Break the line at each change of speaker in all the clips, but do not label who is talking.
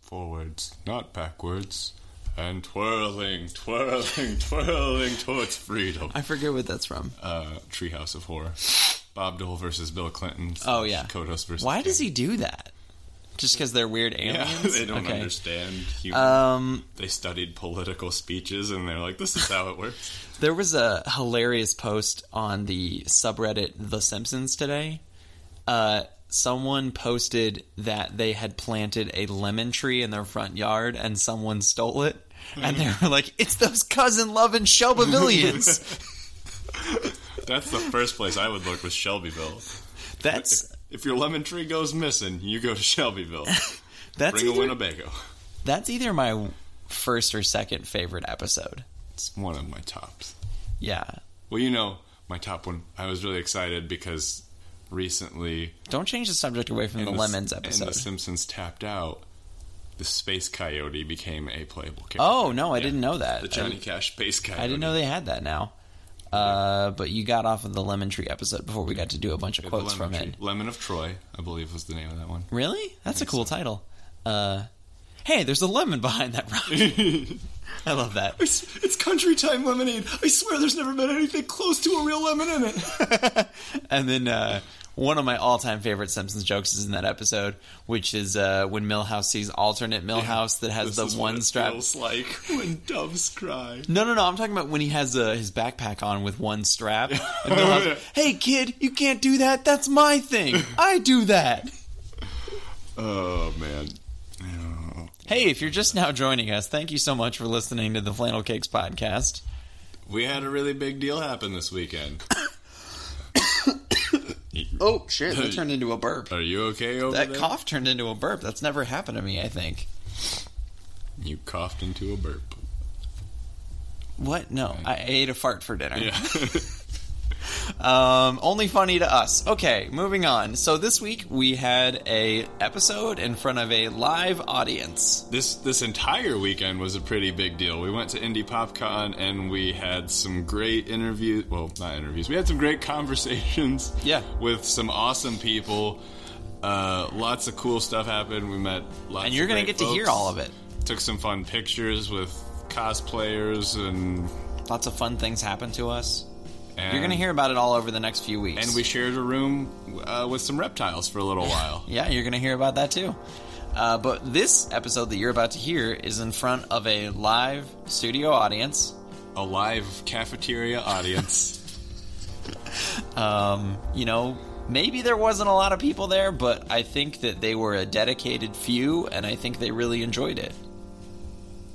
forwards, not backwards, and twirling, twirling, twirling towards freedom.
I forget what that's from.
Uh, Treehouse of Horror. Bob Dole versus Bill Clinton.
Oh, yeah.
Kodos versus.
Why does he do that? Just because they're weird
Yeah,
aliens?
they don't
okay.
understand. Humor.
Um,
they studied political speeches, and they're like, "This is how it works."
there was a hilarious post on the subreddit The Simpsons today. Uh, someone posted that they had planted a lemon tree in their front yard and someone stole it. And
Hmm.
they were like, it's those cousin loving Shelbyvillians.
That's the first place I would look was Shelbyville.
That's
If your lemon tree goes missing, you go to Shelbyville.
that's
Bring a
either,
Winnebago.
that's either my first or second favorite episode.
It's one of my tops.
Yeah.
Well, you know, my top one. I was really excited because recently
Don't change the subject away from the,
in
lemons
and
episode.
the Simpsons tapped out. The space coyote became a playable character.
oh no, I didn't know that.
the Johnny Cash space coyote.
I, I didn't know they had that now. Uh, but you got off of the lemon tree episode before we got to do a bunch of
The
quotes
lemon
from
tree.
it.
Lemon of Troy, I believe, was the name of that one.
Really? That's a cool title. Uh, hey, there's a lemon behind that rock. I love that.
It's, it's country time lemonade. I swear there's never been anything close to a real lemon in it.
And then uh, one of my all-time favorite Simpsons jokes is in that episode, which is uh, when Millhouse sees alternate Millhouse that has
This
the
is what
one
it
strap.
feels like when doves cry.
No, no, no. I'm talking about when he has uh, his backpack on with one strap. And Millhouse,
Yeah.
hey, kid, you can't do that. That's my thing. I do that.
Oh, man. Oh.
Hey, if you're just now joining us, thank you so much for listening to the Flannel Cakes podcast.
We had a really big deal happen this weekend.
Oh, shit. That turned into a burp.
Are you okay over
That
there?
cough turned into a burp. That's never happened to me, I think.
You coughed into a burp.
What? No. I ate a fart for dinner.
Yeah.
Um, only funny to us. Okay, moving on. So this week we had a episode in front of a live audience.
this this entire weekend was a pretty big deal. We went to Indie PopCon and we had some great interviews. Well, not interviews. We had some great conversations.
Yeah.
With some awesome people. Uh, lots of cool stuff happened. We met lots.
And you're
going
going to get to hear all of it.
Took some fun pictures with cosplayers and.
Lots of fun things happen to us.
and
You're going to hear about it all over the next few weeks.
And we shared a room uh, with some reptiles for a little while.
Yeah, you're going to hear about that too. Uh, but this episode that you're about to hear is in front of a live studio audience.
a live cafeteria audience.
Um, you know, maybe there wasn't a lot of people there, but I think that they were a dedicated few, and I think they really enjoyed it.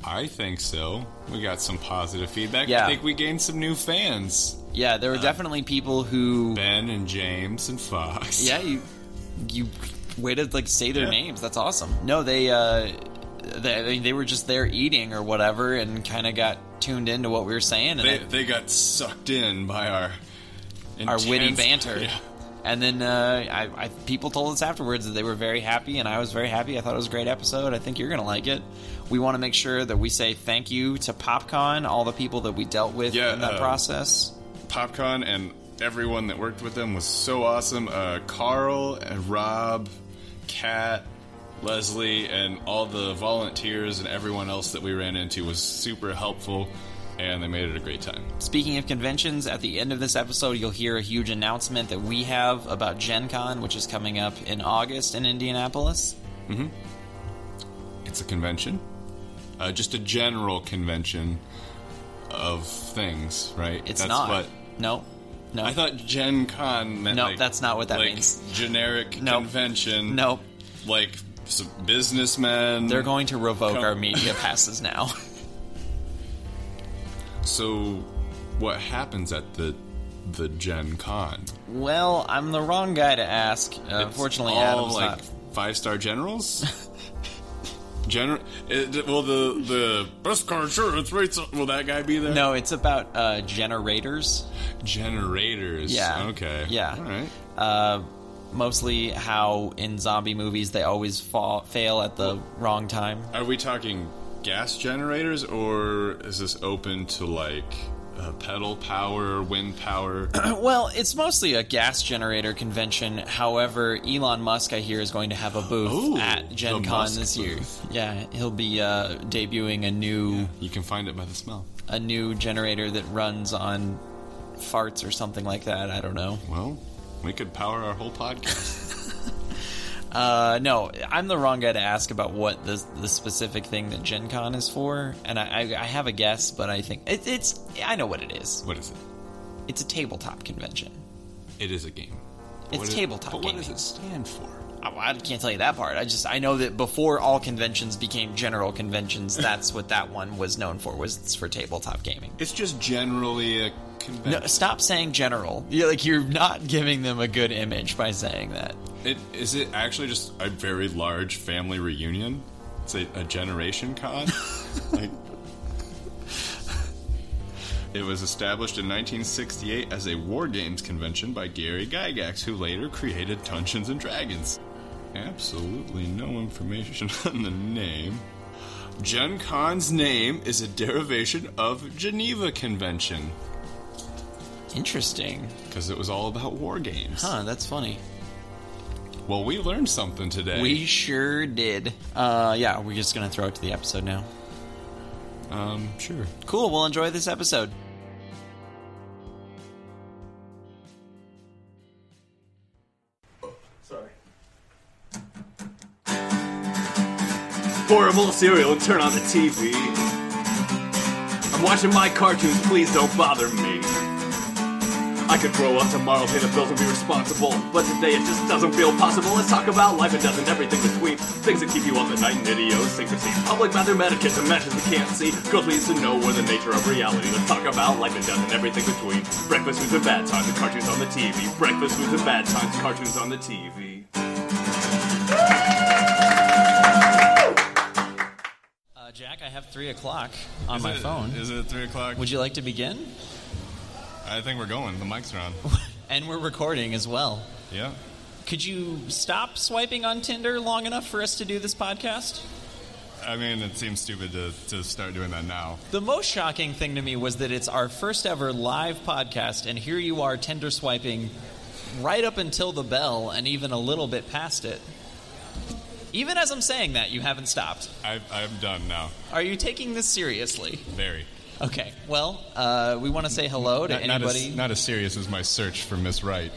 I think so. We got some positive feedback.
Yeah.
I think we gained some new fans.
Yeah,
Uh,
there were definitely people who.
Ben and James and Fox.
Yeah, you you way to like say their
Yeah.
names. That's awesome. No, they uh, they I mean, they were just there eating or whatever, and kind of got tuned into what we were saying. And
They,
I-
they got sucked in by our
our witty
intense-
banter.
Yeah.
And then uh, I, I, people told us afterwards that they were very happy, and I was very happy. I thought it was a great episode. I think you're going to like it. We want to make sure that we say thank you to PopCon, all the people that we dealt with
Yeah,
in that
uh,
process.
PopCon and everyone that worked with them was so awesome. Uh, Carl and Rob, Kat, Leslie, and all the volunteers and everyone else that we ran into was super helpful, and they made it a great time.
Speaking of conventions, at the end of this episode, you'll hear a huge announcement that we have about Gen Con, which is coming up in August in Indianapolis.
It's a convention, uh, just a general convention of things, right?
It's
That's
not.
What,
no. No.
I thought Gen Con meant
No,
like-
that's not what that
like
means.
Generic
Nope.
convention.
Nope.
Like some businessmen.
They're going to revoke
Come-
our media passes now.
So, what happens at the the Gen Con?
Well, I'm the wrong guy to ask. Uh, unfortunately,
all
Adam's
like
not.
five star generals. General. It, well, the the best car insurance rates. Will that guy be there?
No, it's about uh, generators.
Generators.
Yeah.
Okay.
Yeah.
All right.
Uh, mostly how in zombie movies they always fall fail at the wrong time.
Are we talking gas generators, or is this open to like uh, pedal power, wind power.
Well, it's mostly a gas generator convention. However, Elon Musk, I hear, is going to have a booth
Ooh,
at Gen
the
Con
Musk
this year.
booth.
Yeah, he'll be uh, debuting a new
you can find it by the smell.
a new generator that runs on farts or something like that. I don't know.
Well, we could power our whole podcast.
Uh, no, I'm the wrong guy to ask about what the the specific thing that Gen Con is for, and I, I, I have a guess, but I think it, it's I know what it is.
what is it?
It's a tabletop convention.
It is a game.
It's
What is-
tabletop
But what
gaming.
does it stand for?
Oh, I can't tell you that part. I just I know that before all conventions became general conventions, that's what that one was known for was for tabletop gaming.
It's just generally a convention.
No, stop saying general. You're like you're not giving them a good image by saying that.
It, is it actually just a very large family reunion? It's a, a generation con? like, it was established in 1968 as a war games convention by Gary Gygax, who later created Dungeons and Dragons. Absolutely no information on the name. Gen Con's name is a derivation of Geneva Convention
Interesting.
because it was all about war games.
Huh, that's funny.
Well, we learned something today.
We sure did. Uh yeah, we're just gonna throw it to the episode now.
um sure.
Cool, we'll enjoy this episode.
Sorry. Pour a bowl of cereal and turn on the TV. I'm watching my cartoons, please don't bother me. I could grow up tomorrow, pay the bills, and be responsible. But today it just doesn't feel possible. Let's talk about life and death and everything between. Things that keep you up at night and idiosyncrasy. Public bathroom etiquette and matches we can't see. Girls we used to know were the nature of reality. Let's talk about life and death and everything between. Breakfast foods and bad times and cartoons on the TV. Breakfast foods and bad times, cartoons on the TV.
Uh, Jack, I have three o'clock on
Is
my
it-
phone.
Is it three o'clock?
Would you like to begin?
I think we're going. The mics are on.
And we're recording as well.
Yeah.
Could you stop swiping on Tinder long enough for us to do this podcast?
I mean, it seems stupid to, to start doing that now.
The most shocking thing to me was that it's our first ever live podcast, and here you are Tinder swiping right up until the bell and even a little bit past it. Even as I'm saying that, you haven't stopped.
I, I'm done now.
Are you taking this seriously?
Very.
Okay, well, uh, we want to say hello to
Not, not
anybody.
as, not as serious as my search for Miss Wright.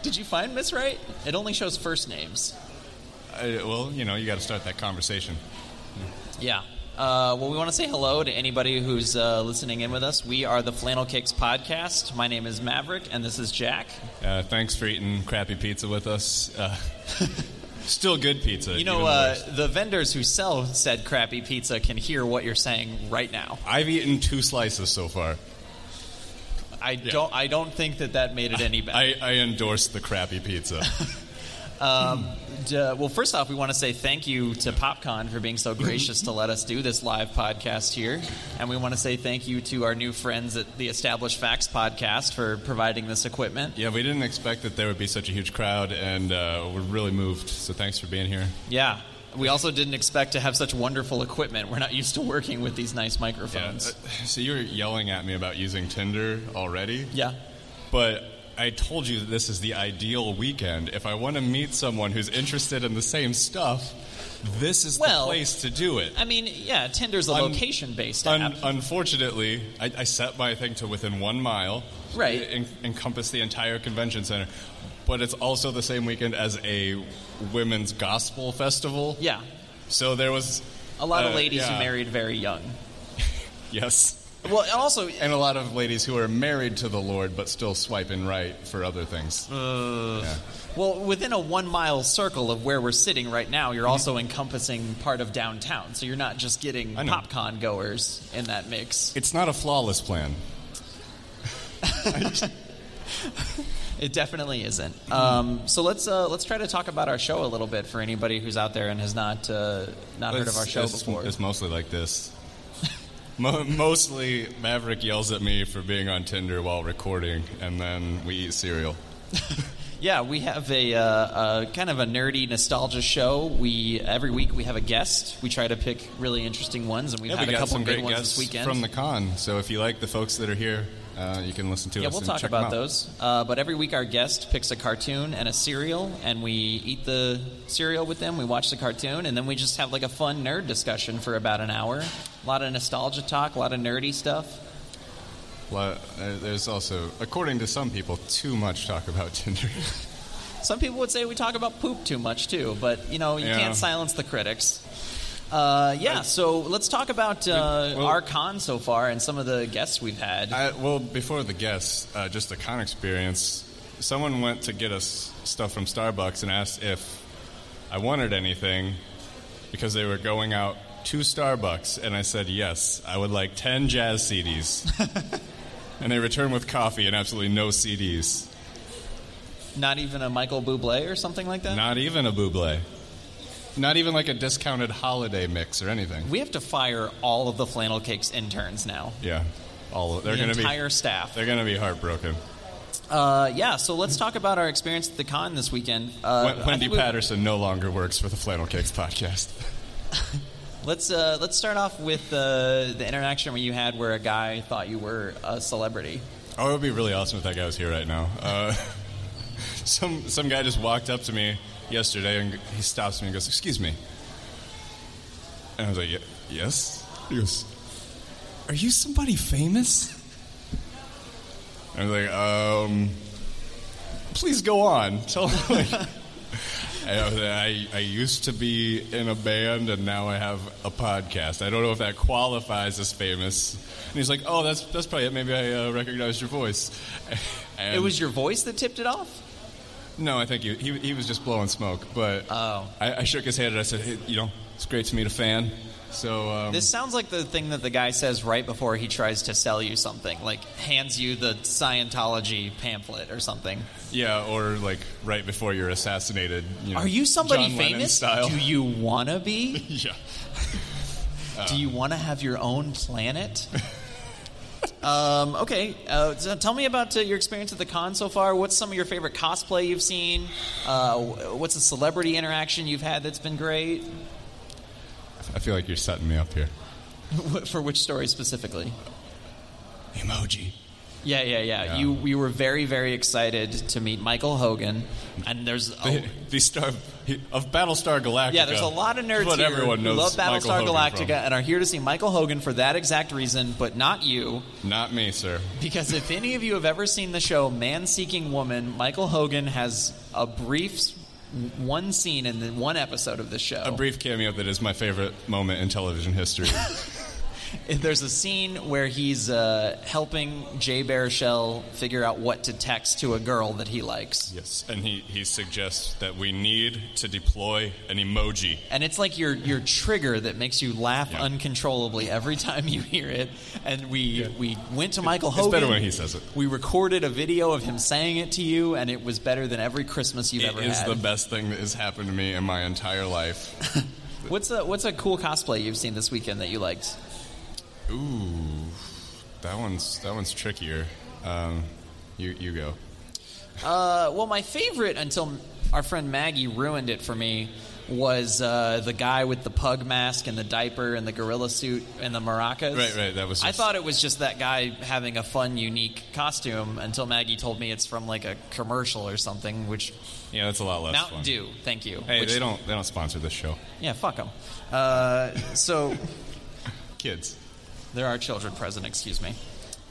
Did you find Miss Wright? It only shows first names.
I, well, you know, you got to start that conversation.
Yeah. Uh, well, we want to say hello to anybody who's uh, listening in with us. We are the Flannel Cakes Podcast. My name is Maverick, and this is Jack.
Uh, thanks for eating crappy pizza with us. Uh, still good pizza.
You
even
know,
the
uh,
worst.
the vendors who sell said crappy pizza can hear what you're saying right now.
I've eaten two slices so far.
I don't. I don't think that that made it any better.
I, I endorse the crappy pizza.
D- uh, well, first off, we want to say thank you to PopCon for being so gracious to let us do this live podcast here. And we want to say thank you to our new friends at the Established Facts Podcast for providing this equipment.
yeah, we didn't expect that there would be such a huge crowd, and uh, we're really moved. So thanks for being here.
Yeah. We also didn't expect to have such wonderful equipment. We're not used to working with these nice microphones.
uh, so you were yelling at me about using Tinder already.
Yeah.
But I told you that this is the ideal weekend. If I want to meet someone who's interested in the same stuff, this is
Well-
the place to do it.
I mean, yeah, Tinder's a
Un-
location based app.
Un- unfortunately, I, I set my thing to within one mile,
Right.
It en- encompassed the entire convention center, but it's also the same weekend as a women's gospel festival.
yeah.
So there was
A lot of
uh,
ladies
yeah.
who married very young.
Yes,
Well, and also, uh,
and a lot of ladies who are married to the Lord but still swiping right for other things.
Mm.
Yeah.
well, within a one mile circle of where we're sitting right now, you're also encompassing part of downtown. So you're not just getting
I know.
PopCon goers in that mix.
It's not a flawless plan.
It definitely isn't. Um, so let's uh, let's try to talk about our show a little bit for anybody who's out there and has not uh, not heard of our show
it's,
before.
It's mostly like this. Mo- mostly, Maverick yells at me for being on Tinder while recording, and then we eat cereal.
Yeah, we have a, uh, uh kind of a nerdy nostalgia show. We every week we have a guest. We try to pick really interesting ones, and we've
Yeah,
had
we
a
got
couple
some
good
great
ones
guests
this weekend.
from the con. So if you like the folks that are here, uh, you can listen to
yeah,
us.
we'll
and
talk
check
about
'em out.
those. Uh, but every week our guest picks a cartoon and a cereal, and we eat the cereal with them. We watch the cartoon, and then we just have like a fun nerd discussion for about an hour. A lot of nostalgia talk, a lot of nerdy stuff.
Well, uh, there's also, according to some people, too much talk about Tinder.
Some people would say we talk about poop too much too, but you know you
Yeah.
can't silence the critics. Uh, yeah, so let's talk about uh,
Well-
our con so far and some of the guests we've had.
I, Uh, well, before the guests, uh, just the con experience. Someone went to get us stuff from Starbucks and asked if I wanted anything because they were going out to Starbucks, and I said yes. I would like ten jazz CDs, and they returned with coffee and absolutely no CDs,
Not even a Michael Bublé or something like that.
not even a buble, not even like a discounted holiday mix or anything.
We have to fire all of the flannel cakes interns now.
Yeah, all of, they're
the
going to be
entire staff.
they're going to be heartbroken.
Uh, yeah, so let's talk about our experience at the con this weekend. Uh,
Wen-
I
Wendy
think we-
Patterson no longer works for the Flannel Cakes podcast.
Let's uh, let's start off with uh, the interaction where you had where a guy thought you were a celebrity.
Oh, it would be really awesome if that guy was here right now. Uh, some some guy just walked up to me yesterday and he stops me and goes, "Excuse me," and I was like, "Ye- "Yes." He goes, "Are you somebody famous?" I was like, "Um, please go on." Tell like, I, was like, I I used to be in a band and now I have a podcast. I don't know if that qualifies as famous. And he's like, "Oh, that's that's probably it. Maybe I uh, recognized your voice." And-
It was your voice that tipped it off.
no, I think he, he, he was just blowing smoke. But
Oh.
I, I shook his hand and I said, hey, you know, it's great to meet a fan. So um,
This sounds like the thing that the guy says right before he tries to sell you something, like hands you the Scientology pamphlet or something.
yeah, or like right before you're assassinated. You know,
Are you somebody
John Lennon
famous?
Style.
Do you want to be?
yeah.
Do you want to have your own planet? um, okay, uh, so tell me about uh, your experience at the con so far. What's some of your favorite cosplay you've seen? Uh, wh- what's a celebrity interaction you've had that's been great?
I feel like you're setting me up here.
For which story specifically?
Emoji.
Yeah, yeah, yeah.
Yeah.
You you were very very excited to meet Michael Hogan, and there's a,
The star he- of Battlestar Galactica.
yeah, there's a lot of nerds
But
here
everyone
who
knows
love
Michael
Battlestar
Hogan
Galactica
from.
and are here to see Michael Hogan for that exact reason, but not you,
Not me, sir.
because if any of you have ever seen the show Man Seeking Woman, Michael Hogan has a brief s- one scene in the one episode of the show.
A brief cameo that is my favorite moment in television history.
There's a scene where he's uh, helping Jay Baruchel figure out what to text to a girl that he likes.
yes, and he, he suggests that we need to deploy an emoji
and it's like your your trigger that makes you laugh
Yeah.
uncontrollably every time you hear it. And we we went to Michael
it's
Hogan.
better when he says it.
We recorded a video of him saying it to you, and it was better than every Christmas you've
It
ever
is
had.
the best thing that has happened to me in my entire life.
What's a what's a cool cosplay you've seen this weekend that you liked?
Ooh, that one's that one's trickier. Um, you you go.
Uh, well, my favorite until our friend Maggie ruined it for me was uh, the guy with the pug mask and the diaper and the gorilla suit and the maracas.
Right, right, that was
I
just-
thought it was just that guy having a fun, unique costume until Maggie told me it's from like a commercial or something, which
Yeah, that's a lot less.
Mountain
fun.
Dew. Thank you.
Hey,
which-
they don't they don't sponsor this show.
Yeah, fuck them. Uh, so.
Kids.
There are children present. Excuse me.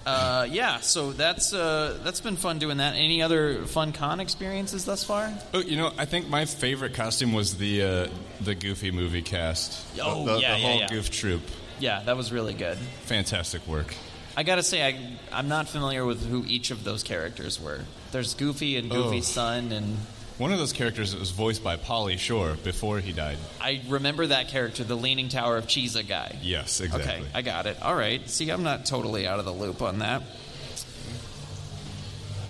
Uh, yeah, so that's uh, that's been fun doing that. Any other fun con experiences thus far?
Oh, you know, I think my favorite costume was the uh, the Goofy movie cast.
Oh,
the, the,
yeah,
the
yeah,
whole
yeah.
Goof troop.
Yeah, that was really good.
Fantastic work.
I gotta say, I I'm not familiar with who each of those characters were. There's Goofy and Goofy's
Oh.
son, and
One of those characters that was voiced by Polly Shore before he died.
I remember that character, the Leaning Tower of Cheesa guy.
Yes, exactly.
Okay, I got it. All right. See, I'm not totally out of the loop on that.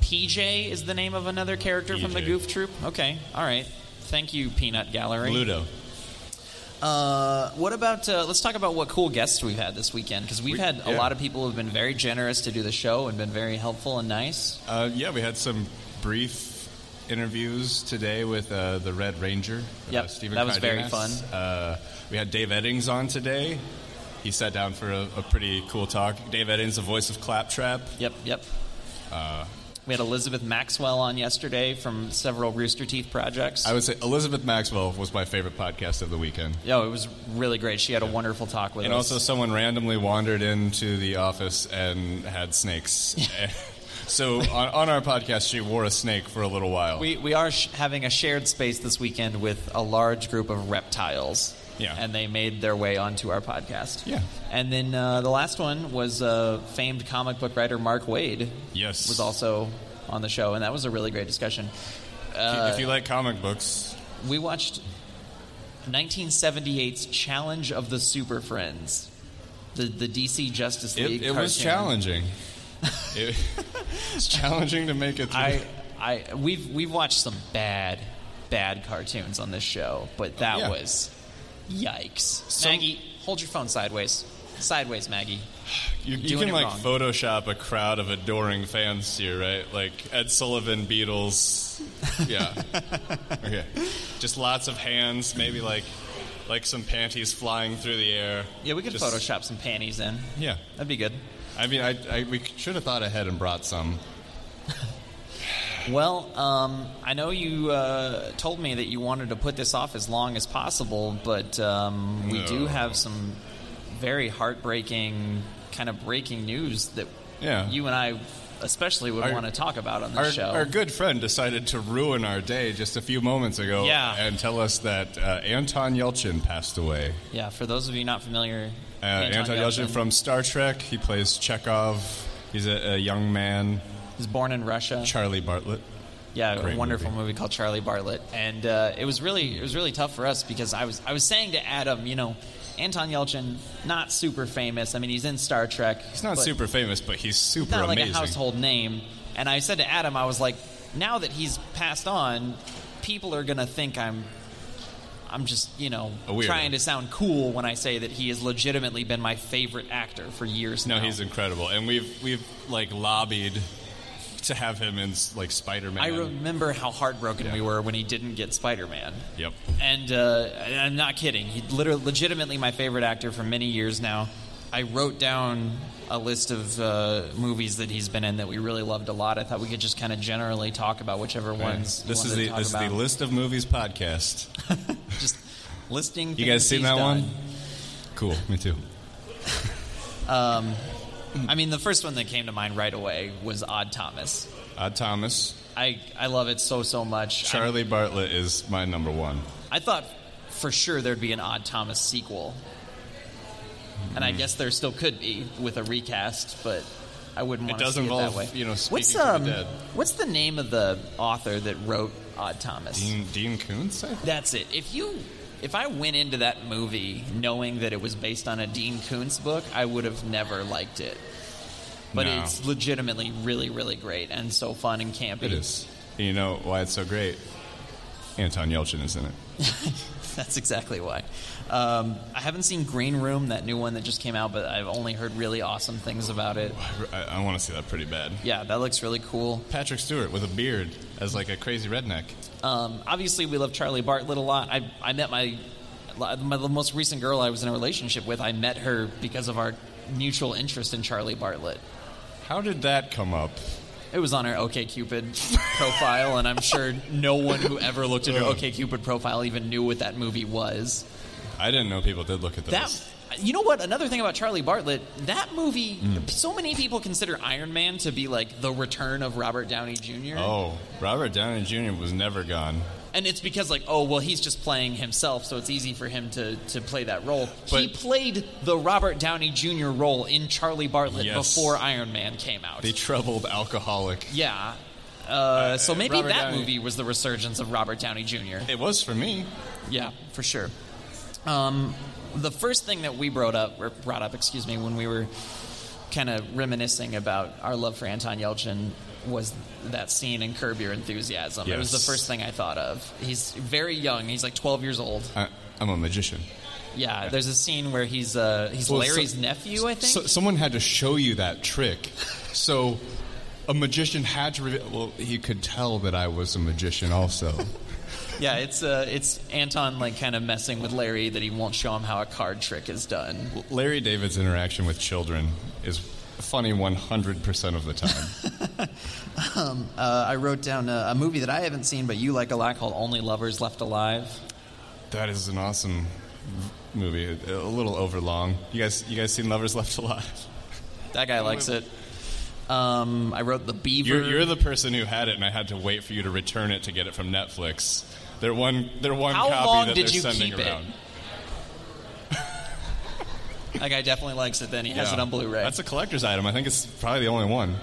PJ is the name of another character from the
PJ.
Goof Troop. Okay, all right. Thank you, Peanut Gallery.
Ludo.
Uh, what about uh, let's talk about what cool guests we've had this weekend because we've
We-
had a
yeah.
lot of people who've been very generous to do the show and been very helpful and nice.
Uh, yeah, we had some brief interviews today with uh, the Red Ranger. uh,
Yep,
Stephen
that was very
Cardenas. Uh, we had Dave Eddings on today. He sat down for a, a pretty cool talk. Dave Eddings, the voice of Claptrap.
Yep, yep. Uh, we had Elizabeth Maxwell on yesterday from several Rooster Teeth projects.
I would say Elizabeth Maxwell was my favorite podcast of the weekend.
Yo, it was really great. She had a wonderful talk with
And
us.
also, someone randomly wandered into the office and had snakes. so on, on our podcast, she wore a snake for a little while.
we, we are sh- having a shared space this weekend with a large group of reptiles.
Yeah.
And they made their way onto our podcast.
Yeah.
And then uh, the last one was uh, famed comic book writer Mark Wade.
Yes.
Was also on the show, and that was a really great discussion. Uh,
if you like comic books,
We watched 1978's Challenge of the Super Friends, the, the DC Justice League.
it, it was
cartoon.
challenging. It- it's challenging to make it through.
I, I, we've we've watched some bad, bad cartoons on this show, but that
Yeah.
was yikes.
Some-
Maggie, hold your phone sideways, sideways, Maggie.
you, you
doing
can
it
like
wrong.
Photoshop a crowd of adoring fans here, right? Like Ed Sullivan, Beatles. Yeah. okay. Just lots of hands, maybe like like some panties flying through the air.
Yeah, we could
Just-
Photoshop some panties in.
Yeah.
That'd be good.
I mean, I, I we should have thought ahead and brought some.
Well, um, I know you uh, told me that you wanted to put this off as long as possible, but um, we do
No.
have some very heartbreaking, kind of breaking news that
Yeah.
you and I, especially, would
Our-
want to talk about on this
Our,
show.
our good friend decided to ruin our day just a few moments ago
Yeah.
and tell us that uh, Anton Yelchin passed away.
yeah, for those of you not familiar,
Uh, Anton, Yelchin from Star Trek. He plays Chekhov. He's a, a young man,
was born in Russia.
Charlie Bartlett.
Yeah, a
Great
wonderful movie.
movie.
called Charlie Bartlett, and uh, it was really it was really tough for us because I was I was saying to Adam, you know, Anton Yelchin, not super famous. I mean, he's in Star Trek.
He's not
but
super famous, but he's super
not like
amazing.
a household name. And I said to Adam, I was like, now that he's passed on, people are gonna think I'm. I'm just, you know,
A weirdo.
trying to sound cool when I say that he has legitimately been my favorite actor for years
No,
now.
he's incredible, and we've we've like lobbied to have him in like Spider Man.
I remember how heartbroken we were when he didn't get Spider Man.
Yep.
And, uh, and I'm not kidding. He literally, legitimately, my favorite actor for many years now. I wrote down a list of uh, movies that he's been in that we really loved a lot. I thought we could just kind of generally talk about whichever ones.
This
you
is
wanted to
the
talk
this is the
about.
list of movies podcast.
Just listing.
You guys
things
seen
he's
that
done.
one? Cool. Me too.
I mean, the first one that came to mind right away was Odd Thomas.
Odd Thomas.
I I love it so so much. I'm-
Charlie Bartlett is my number one.
I thought for sure there'd be an Odd Thomas sequel. And
Hmm.
I guess there still could be with a recast, but I wouldn't want to
does
see it
involve,
that way.
you know, speaking
what's,
to the
um,
dead.
What's the name of the author that wrote Odd Thomas?
Dean, Dean Koontz. I think?
That's it. If you if I went into that movie knowing that it was based on a Dean Koontz book, I would have never liked it. But
No.
it's legitimately really, really great and so fun and campy.
It is. And you know why it's so great? Anton Yelchin is in it.
That's exactly why. Um, I haven't seen Green Room, that new one that just came out, but I've only heard really awesome things about it.
I, I want to see that pretty bad.
Yeah, that looks really cool.
Patrick Stewart with a beard as like a crazy redneck.
Um, obviously, we love Charlie Bartlett a lot. I, I met my, my the most recent girl I was in a relationship with. I met her because of our mutual interest in Charlie Bartlett.
How did that come up?
It was on her OKCupid profile, and I'm sure no one who ever looked at her OKCupid profile even knew what that movie was.
I didn't know people did look at those.
That you know what? Another thing about Charlie Bartlett, that movie. So many people consider Iron Man to be like the return of Robert Downey Jr.
oh, Robert Downey Jr. was never gone.
And it's because like, oh well, he's just playing himself, so it's easy for him to to play that role. he
But-
played the Robert Downey Jr. role in Charlie Bartlett
Yes.
before Iron Man came out.
The troubled alcoholic.
yeah. Uh, so maybe
Robert
that
Downey-
movie was the resurgence of Robert Downey Jr.
It was for me.
Yeah, for sure. Um, the first thing that we brought up, or brought up, excuse me, when we were kind of reminiscing about our love for Anton Yelchin was that scene in Curb Your Enthusiasm. It was the
Yes.
first thing I thought of. He's very young. He's like 12 years old.
I, I'm a magician.
Yeah, there's a scene where he's uh, he's
Well,
Larry's
so-
nephew, I think.
So, someone had to show you that trick. So a magician had to reveal. Well, he could tell that I was a magician also.
Yeah, it's uh, it's Anton like kind of messing with Larry that he won't show him how a card trick is done.
Larry David's interaction with children is funny 100% of the time.
Um, uh, I wrote down a, a movie that I haven't seen, but you like a lot called Only Lovers Left Alive.
that is an awesome movie. A, a little overlong. You guys, you guys seen Lovers Left Alive?
That guy likes it. Um, I wrote The Beaver.
You're, you're the person who had it, and I had to wait for you to return it to get it from Netflix. They're one. They're one
How
copy
long
that
did
they're
you
sending
keep it?
around.
that guy definitely likes it. Then he has
Yeah.
it on Blu-ray.
That's a collector's item. I think it's probably the only one.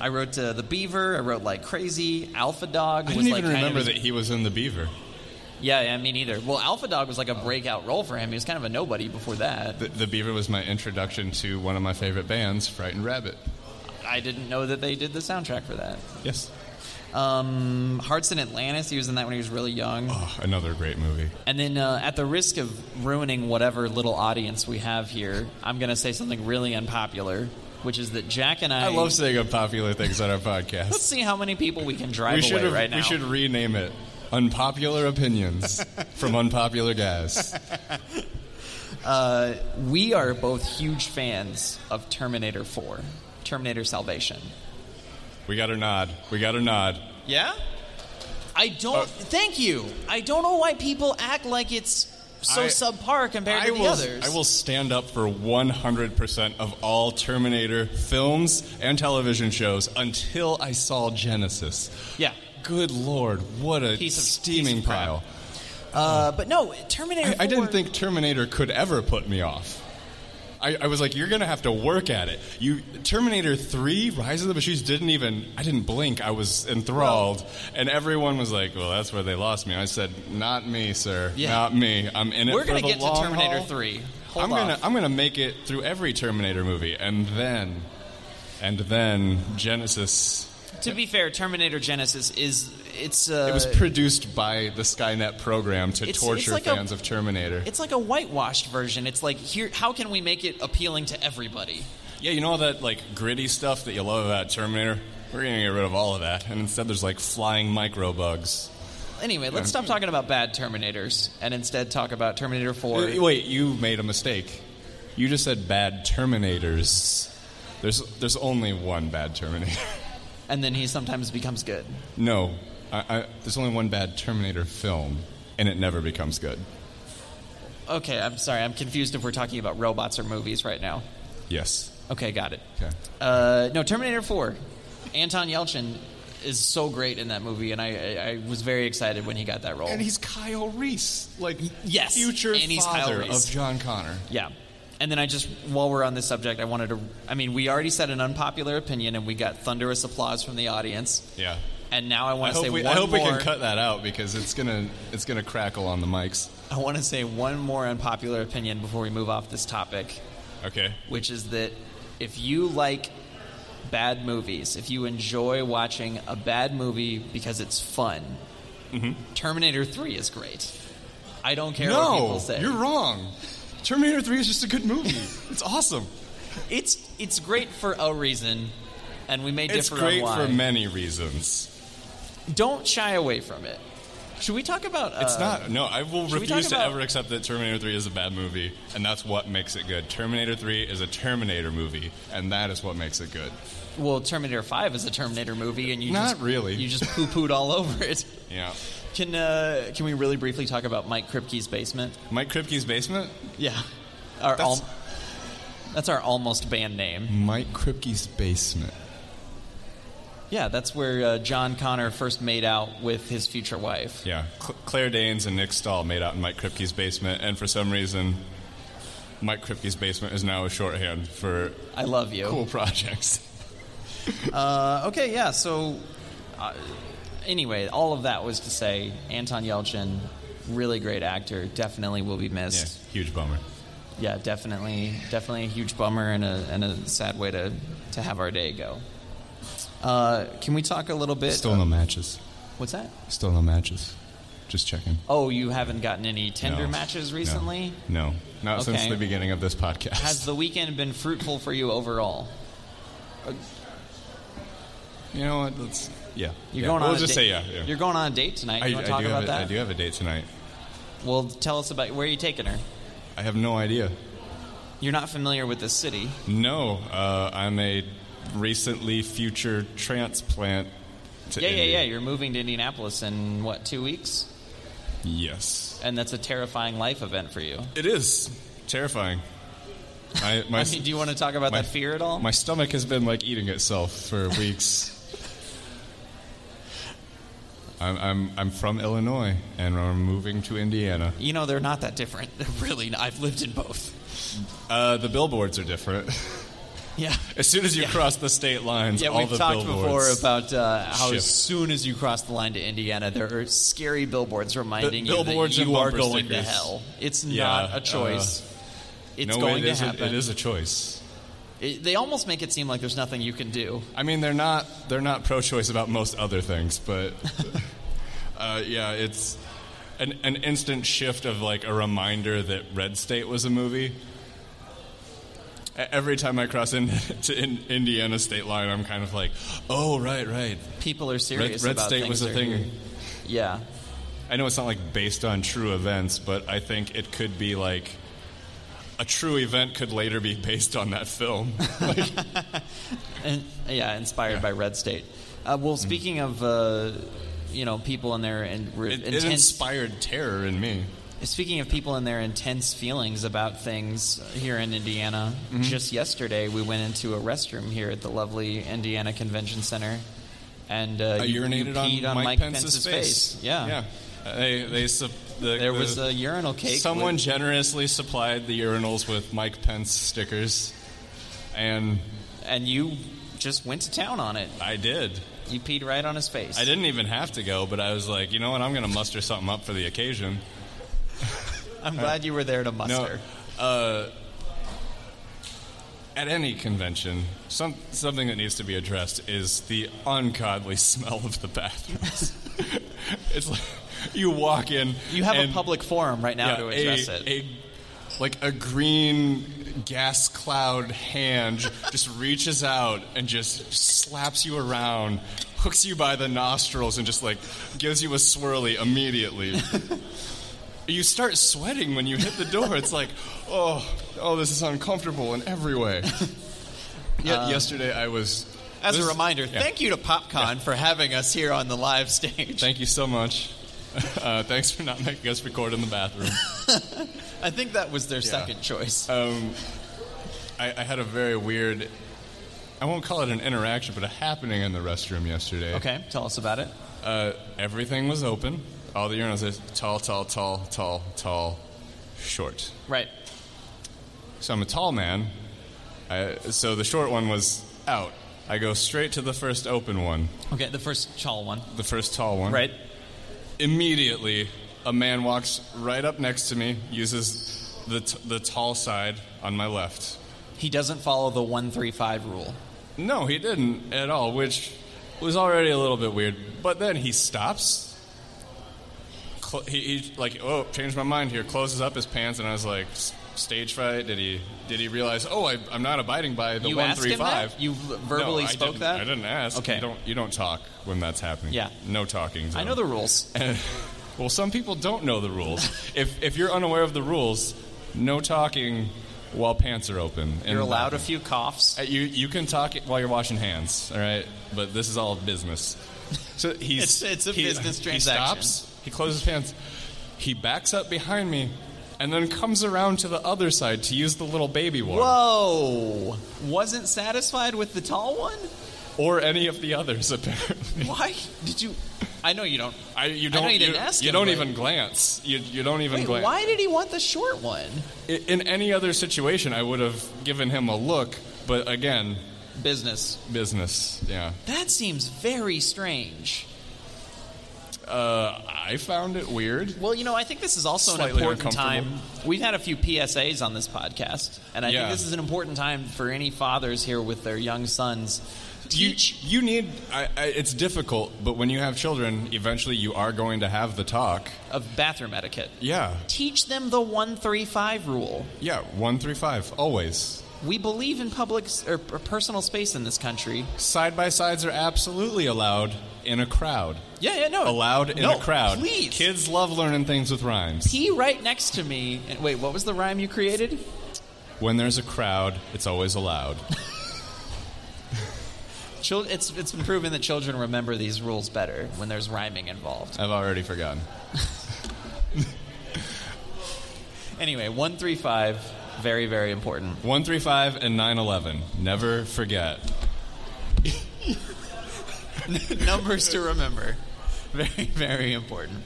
I wrote uh, The Beaver. I wrote like Crazy. Alpha Dog.
I
was
didn't
like
even
kind
remember
of
that he was in the Beaver.
Yeah, yeah, me neither. Well, Alpha Dog was like a breakout role for him. He was kind of a nobody before that.
The, the Beaver was my introduction to one of my favorite bands, Frightened Rabbit.
I didn't know that they did the soundtrack for that.
Yes.
Um, Hearts in Atlantis. He was in that when he was really young.
Oh, another great movie.
And then, uh, at the risk of ruining whatever little audience we have here, I'm going to say something really unpopular, which is that Jack and I.
I love saying unpopular things on our podcast.
Let's see how many people we can drive
we should
away
have-
right now.
we should rename it "Unpopular Opinions" from Unpopular Guys.
We are both huge fans of Terminator 4, Terminator Salvation.
We got a nod. We got a nod.
Yeah? I don't.
Uh,
thank you. I don't know why people act like it's so
I-
subpar compared
I
to the
will,
others.
I will stand up for 100% of all Terminator films and television shows until I saw Genesis.
Yeah.
Good lord, what a
Piece of-
steaming
piece of crap.
pile.
Uh, but no, Terminator
I,
4.
I didn't think Terminator could ever put me off. I, I was like, you're gonna have to work at it. You Terminator Three, Rise of the Machines didn't even. I didn't blink. I was enthralled, and everyone was like, "Well, that's where they lost me." I said, "Not me, sir.
Yeah.
Not me. I'm in it."
We're
going
going to get to Terminator 3. Hold
I'm
off.
gonna I'm gonna make it through every Terminator movie, and then, and then Genesis.
To be fair, Terminator Genesis is it's uh,
It was produced by the Skynet program to
it's- it's
torture
like a-
fans of Terminator.
it's like a whitewashed version. It's like here, how can we make it appealing to everybody?
Yeah, you know all that like gritty stuff that you love about Terminator. We're gonna get rid of all of that, and instead there's like flying microbugs.
Anyway, let's stop talking about bad Terminators and instead talk about Terminator Four.
Wait, wait, you made a mistake. You just said bad Terminators. There's there's only one bad Terminator.
And then he sometimes becomes good.
no, I, I, there's only one bad Terminator film, and it never becomes good.
Okay, I'm sorry, I'm confused if we're talking about robots or movies right now.
Yes.
Okay, got it.
Okay.
Uh, no, Terminator Four. Anton Yelchin is so great in that movie, and I, I, I was very excited when he got that role.
And he's Kyle Reese, like
Yes,
future
and he's Kyle
father
Reese.
of John Connor.
Yeah. And then I just, while we're on this subject, I wanted to. I mean, we already said an unpopular opinion, and we got thunderous applause from the audience.
Yeah.
And now I
I
want to
hope,
say
we,
one
I hope
more.
we can cut that out because it's gonna it's gonna crackle on the mics.
I want to say one more unpopular opinion before we move off this topic,
Okay.
which is that if you like bad movies, if you enjoy watching a bad movie because it's fun,
Mm-hmm.
Terminator Three is great. I don't care what people say.
you're wrong. Terminator 3 is just a good movie. It's awesome.
It's it's great for a reason, and we may
It's
differ
great
on why.
for many reasons.
don't shy away from it. Should we talk about? Uh,
It's not. No, I will
should we talk
refuse to
about-
ever accept that Terminator 3 is a bad movie, and that's what makes it good. Terminator 3 is a Terminator movie, and that is what makes it good.
Well, Terminator Five is a Terminator movie, and you
Not
just,
really.
You just poo pooed all over it.
Yeah.
Can uh, can we really briefly talk about Mike Kripke's basement?
Mike Kripke's Basement?
Yeah, our
That's-
that's, that's our almost band name.
Mike Kripke's Basement.
Yeah, that's where uh, John Connor first made out with his future wife.
Yeah. Cl- Claire Danes and Nick Stahl made out in Mike Kripke's Basement, and for some reason, Mike Kripke's Basement is now a shorthand for
I love you.
cool projects.
Uh, okay, yeah. So, uh, anyway, all of that was to say Anton Yelchin, really great actor, definitely will be
Yeah,
missed.
huge bummer.
yeah, definitely, definitely a huge bummer and a and a sad way to to have our day go. Uh, can we talk a little bit?
Still no matches.
What's that?
Still no matches. Just checking.
Oh, you haven't gotten any Tinder
No.
matches recently.
No, not since
Okay.
the beginning of this podcast.
Has the weekend been fruitful for you overall?
You know what? Let's. Yeah.
You're
yeah.
going
we'll
on. a
just
date-
say yeah. yeah.
You're going on a date tonight.
I,
You want
I
to talk
do
about
have a,
that?
I do have a date tonight.
Well, tell us about where are you taking her.
I have no idea.
You're not familiar with this city.
No, uh, I'm a recently future transplant. To
Yeah, yeah,
India.
yeah. You're moving to Indianapolis in what two weeks,
Yes,
and that's a terrifying life event for you.
it is terrifying. I, my,
I mean, do you want to talk about
my-
that fear at all?
my stomach has been like eating itself for weeks. I'm, I'm I'm from Illinois, and I'm moving to Indiana.
you know, they're not that different. They're really. Not. I've lived in both.
Uh, the billboards are different.
Yeah.
as soon as you cross the state lines,
Yeah,
all
we've
the
talked before
billboards.
about uh, how
shift.
as soon as you cross the line to Indiana, there are scary billboards reminding you
billboards
that
and
you are
bumper
going
stickers.
to hell. It's
Yeah, uh,
not a choice. it's
no,
going
it
to
is a-
happen.
it is a choice.
It- they almost make it seem like there's nothing you can do.
I mean, they're not they're not pro-choice about most other things, but uh, yeah, it's an an instant shift of like a reminder that Red State was a movie. E- Every time I cross into in, Indiana state line, I'm kind of like, oh right, right,
People are
Red,
serious
Red
about
State
things
was a
they're
thing.
doing. Yeah.
I know it's not like based on true events, but I think it could be like a true event could later be based on that film.
And, yeah, inspired by Red State. Uh,
Mm.
well, speaking of uh, you know people and their and re-
It, it
intense
inspired terror in me.
Speaking of people and their intense feelings about things here in Indiana,
Mm-hmm.
just yesterday we went into a restroom here at the lovely Indiana Convention Center, and uh,
I
you, you
urinated
peed
on,
on
Mike, Pence's,
face. Yeah.
yeah. Uh, They, they, sup- the,
there
the-
was a urinal cake.
Someone
with-
generously supplied the urinals with Mike Pence stickers, and
and you just went to town on it.
I did.
You peed right on his face.
I didn't even have to go, but I was like, you know what? I'm going to muster something up for the occasion.
I'm glad you were there to muster.
Uh, No, uh, at any convention, some, something that needs to be addressed is the ungodly smell of the bathrooms. it's like you walk in,
You have
and-
a public forum right now
yeah,
to
a-
address it.
a- like a green gas cloud hand just reaches out and just slaps you around, hooks you by the nostrils, and just like gives you a swirly immediately. you start sweating when you hit the door. It's like, oh, oh, this is uncomfortable in every way. Yet
Uh.
yesterday I was.
As a
this-
reminder,
yeah.
thank you to PopCon for having us here on the live stage.
Thank you so much. Uh, thanks for not making us record in the bathroom.
I think that was their second choice.
um, I, I had a very weird. I won't call it an interaction, but a happening in the restroom yesterday.
Okay, tell us about it.
Uh, everything was open. All the urinals are tall, tall, tall, tall, tall, short.
Right.
So I'm a tall man. I, so the short one was out. I go straight to the first open one,
Okay, the first tall one.
the first tall one.
Right.
Immediately, a man walks right up next to me, uses the, t- the tall side on my left.
He doesn't follow the 135 rule.
No, he didn't at all, which was already a little bit weird. But then he stops. Cl- he, he like, oh, changed my mind here. Closes up his pants, and I was like, "S- stage fright. Did he? Did he realize? Oh, I, I'm not abiding by the
you
one
asked
three
him
five.
that? You verbally
I
spoke
didn't-
that?
I didn't ask.
Okay.
You don't. You don't talk when that's happening.
Yeah.
No talking.
I
zone.
know the rules.
Well, some people don't know the rules. if if you're unaware of the rules, no talking while pants are open. in
You're
the
allowed a
bathroom.
few coughs.
Uh, You you can talk it while you're washing hands, all right? But this is all business. So he's
It's- it's a
he-
business
He
transaction.
stops. He closes his pants. He backs up behind me, and then comes around to the other side to use the little baby one
Whoa! Oh, Wasn't satisfied with the tall one?
or any of the others. Apparently,
Why did you? I know you don't.
I, you
know
don't.
you didn't ask him,
don't
but-
even glance. You you don't even
Wait,
glance.
why did he want the short one?
I- In any other situation, I would have given him a look. But again,
Business.
business. Yeah,
That seems very strange.
uh, I found it weird.
Well, you know, I think this is also an
Slightly
important time.
uncomfortable.
We've had a few PSAs on this podcast, and I
Yeah.
think this is an important time for any fathers here with their young sons.
you,
Teach.
you need I, I, it's difficult but when you have children eventually you are going to have the talk
of bathroom etiquette.
yeah
Teach them the 135 rule.
yeah 135 always
We believe in public s- or, or personal space in this country.
Side by sides are absolutely allowed in a crowd.
Yeah, yeah, no.
Allowed in
no,
a crowd.
Please.
Kids love learning things with rhymes.
Pee right next to me. And wait, what was the rhyme you created?
When there's a crowd, it's always allowed.
Chil- it's it's been proven that children remember these rules better when there's rhyming involved.
I've already forgotten.
Anyway, one three five, very very important.
135 and 911. Never forget.
Numbers to remember, very very important.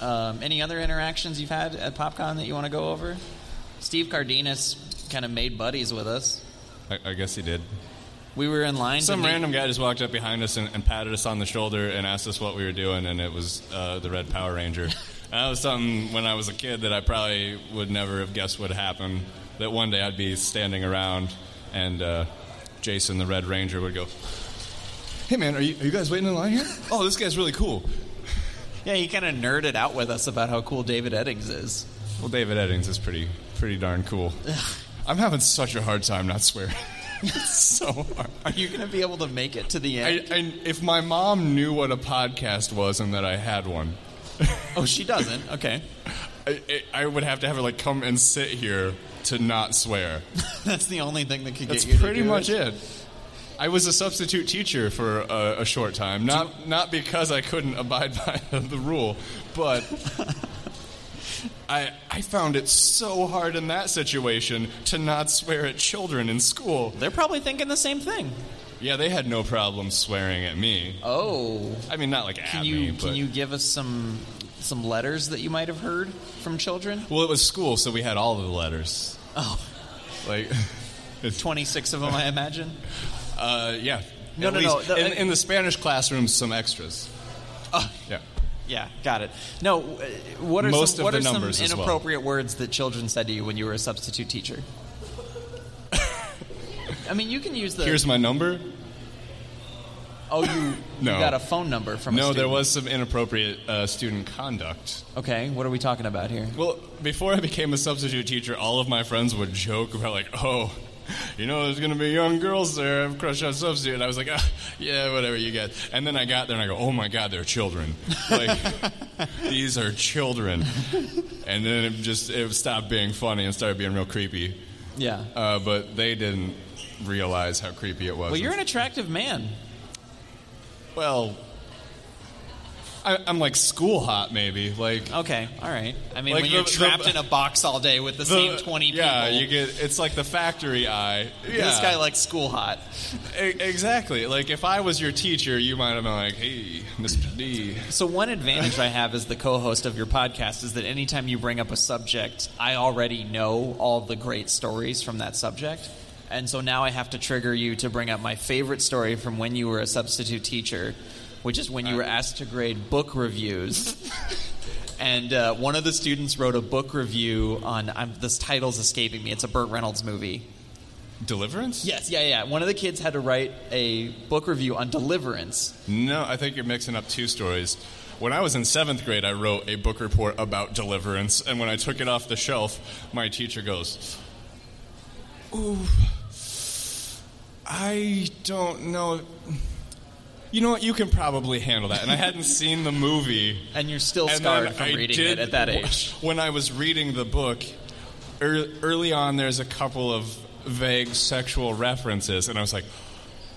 Um, any other interactions you've had at PopCon that you want to go over? Steve Cardenas kind of made buddies with us.
I, I guess he did.
We were in line. to
Some
meet-
random guy just walked up behind us and, and patted us on the shoulder and asked us what we were doing, and it was uh, the Red Power Ranger. that was something when I was a kid that I probably would never have guessed would happen. That one day I'd be standing around and uh, Jason the Red Ranger would go, Hey man, are you, are you guys waiting in line here? Oh, this guy's really cool.
Yeah, he kind of nerded out with us about how cool David Eddings is.
Well, David Eddings is pretty, pretty darn cool. I'm having such a hard time not swearing. it's so hard.
Are you going to be able to make it to the end?
I, I, if my mom knew what a podcast was and that I had one,
oh, she doesn't. Okay,
I, I I would have to have her like come and sit here to not swear.
that's the only thing that could
That's
get you. to
pretty
do
much
it.
it. I was a substitute teacher for a, a short time, not not because I couldn't abide by the rule, but I I found it so hard in that situation to not swear at children in school.
They're probably thinking the same thing.
Yeah, they had no problem swearing at me.
Oh,
I mean, not like at
can you
me, but
can you give us some some letters that you might have heard from children?
well, it was school, so we had all of the letters.
Oh,
Like, it's
26 of them, I imagine.
Uh, yeah.
No,
At
no,
least.
no, the- uh,
in, in the Spanish classrooms, some extras. yeah.
Yeah, got it. No, uh, what are
Most
some,
of
what
the
are some
numbers as well.
inappropriate words that children said to you when you were a substitute teacher? I mean, you can use the
Here's my number.
oh you,
No.
you got a phone number from a
No, there
student.
was some inappropriate uh, student conduct.
okay. What are we talking about here?
Well, before I became a substitute teacher, all of my friends would joke about like, "Oh, you know, there's gonna be young girls there have crush on substitute." And I was like, ah, "Yeah, whatever, you guys." And then I got there and I go, "Oh my God, they're children! Like, these are children!" And then it just it stopped being funny and started being real creepy.
Yeah.
Uh, but they didn't realize how creepy it was.
well, you're an attractive man.
Well, I, I'm like school hot, maybe. Like
Okay, all right. I mean,
Like
when
the-
you're
the-
trapped in a box all day with the,
the-
same 20 people,
Yeah, you get. It's like the factory eye. Yeah,
this guy likes school hot.
E- exactly. Like if I was your teacher, you might have been like, "Hey, Mr. D."
So one advantage I have as the co-host of your podcast is that anytime you bring up a subject, I already know all the great stories from that subject. And so now I have to trigger you to bring up my favorite story from when you were a substitute teacher, which is when you were asked to grade book reviews. and uh, one of the students wrote a book review on I'm, this title's escaping me. It's a Burt Reynolds movie.
Deliverance?
Yes, yeah, yeah. One of the kids had to write a book review on Deliverance,
No, I think you're mixing up two stories. When I was in seventh grade, I wrote a book report about deliverance, and when I took it off the shelf, my teacher goes, Ooh, I don't know. You know what? You can probably handle that. And I hadn't seen the movie.
and you're still
And
scarred
then
from
I
reading
did-
it at that age.
When I was reading the book, ear- early on, there's a couple of vague sexual references, and I was like,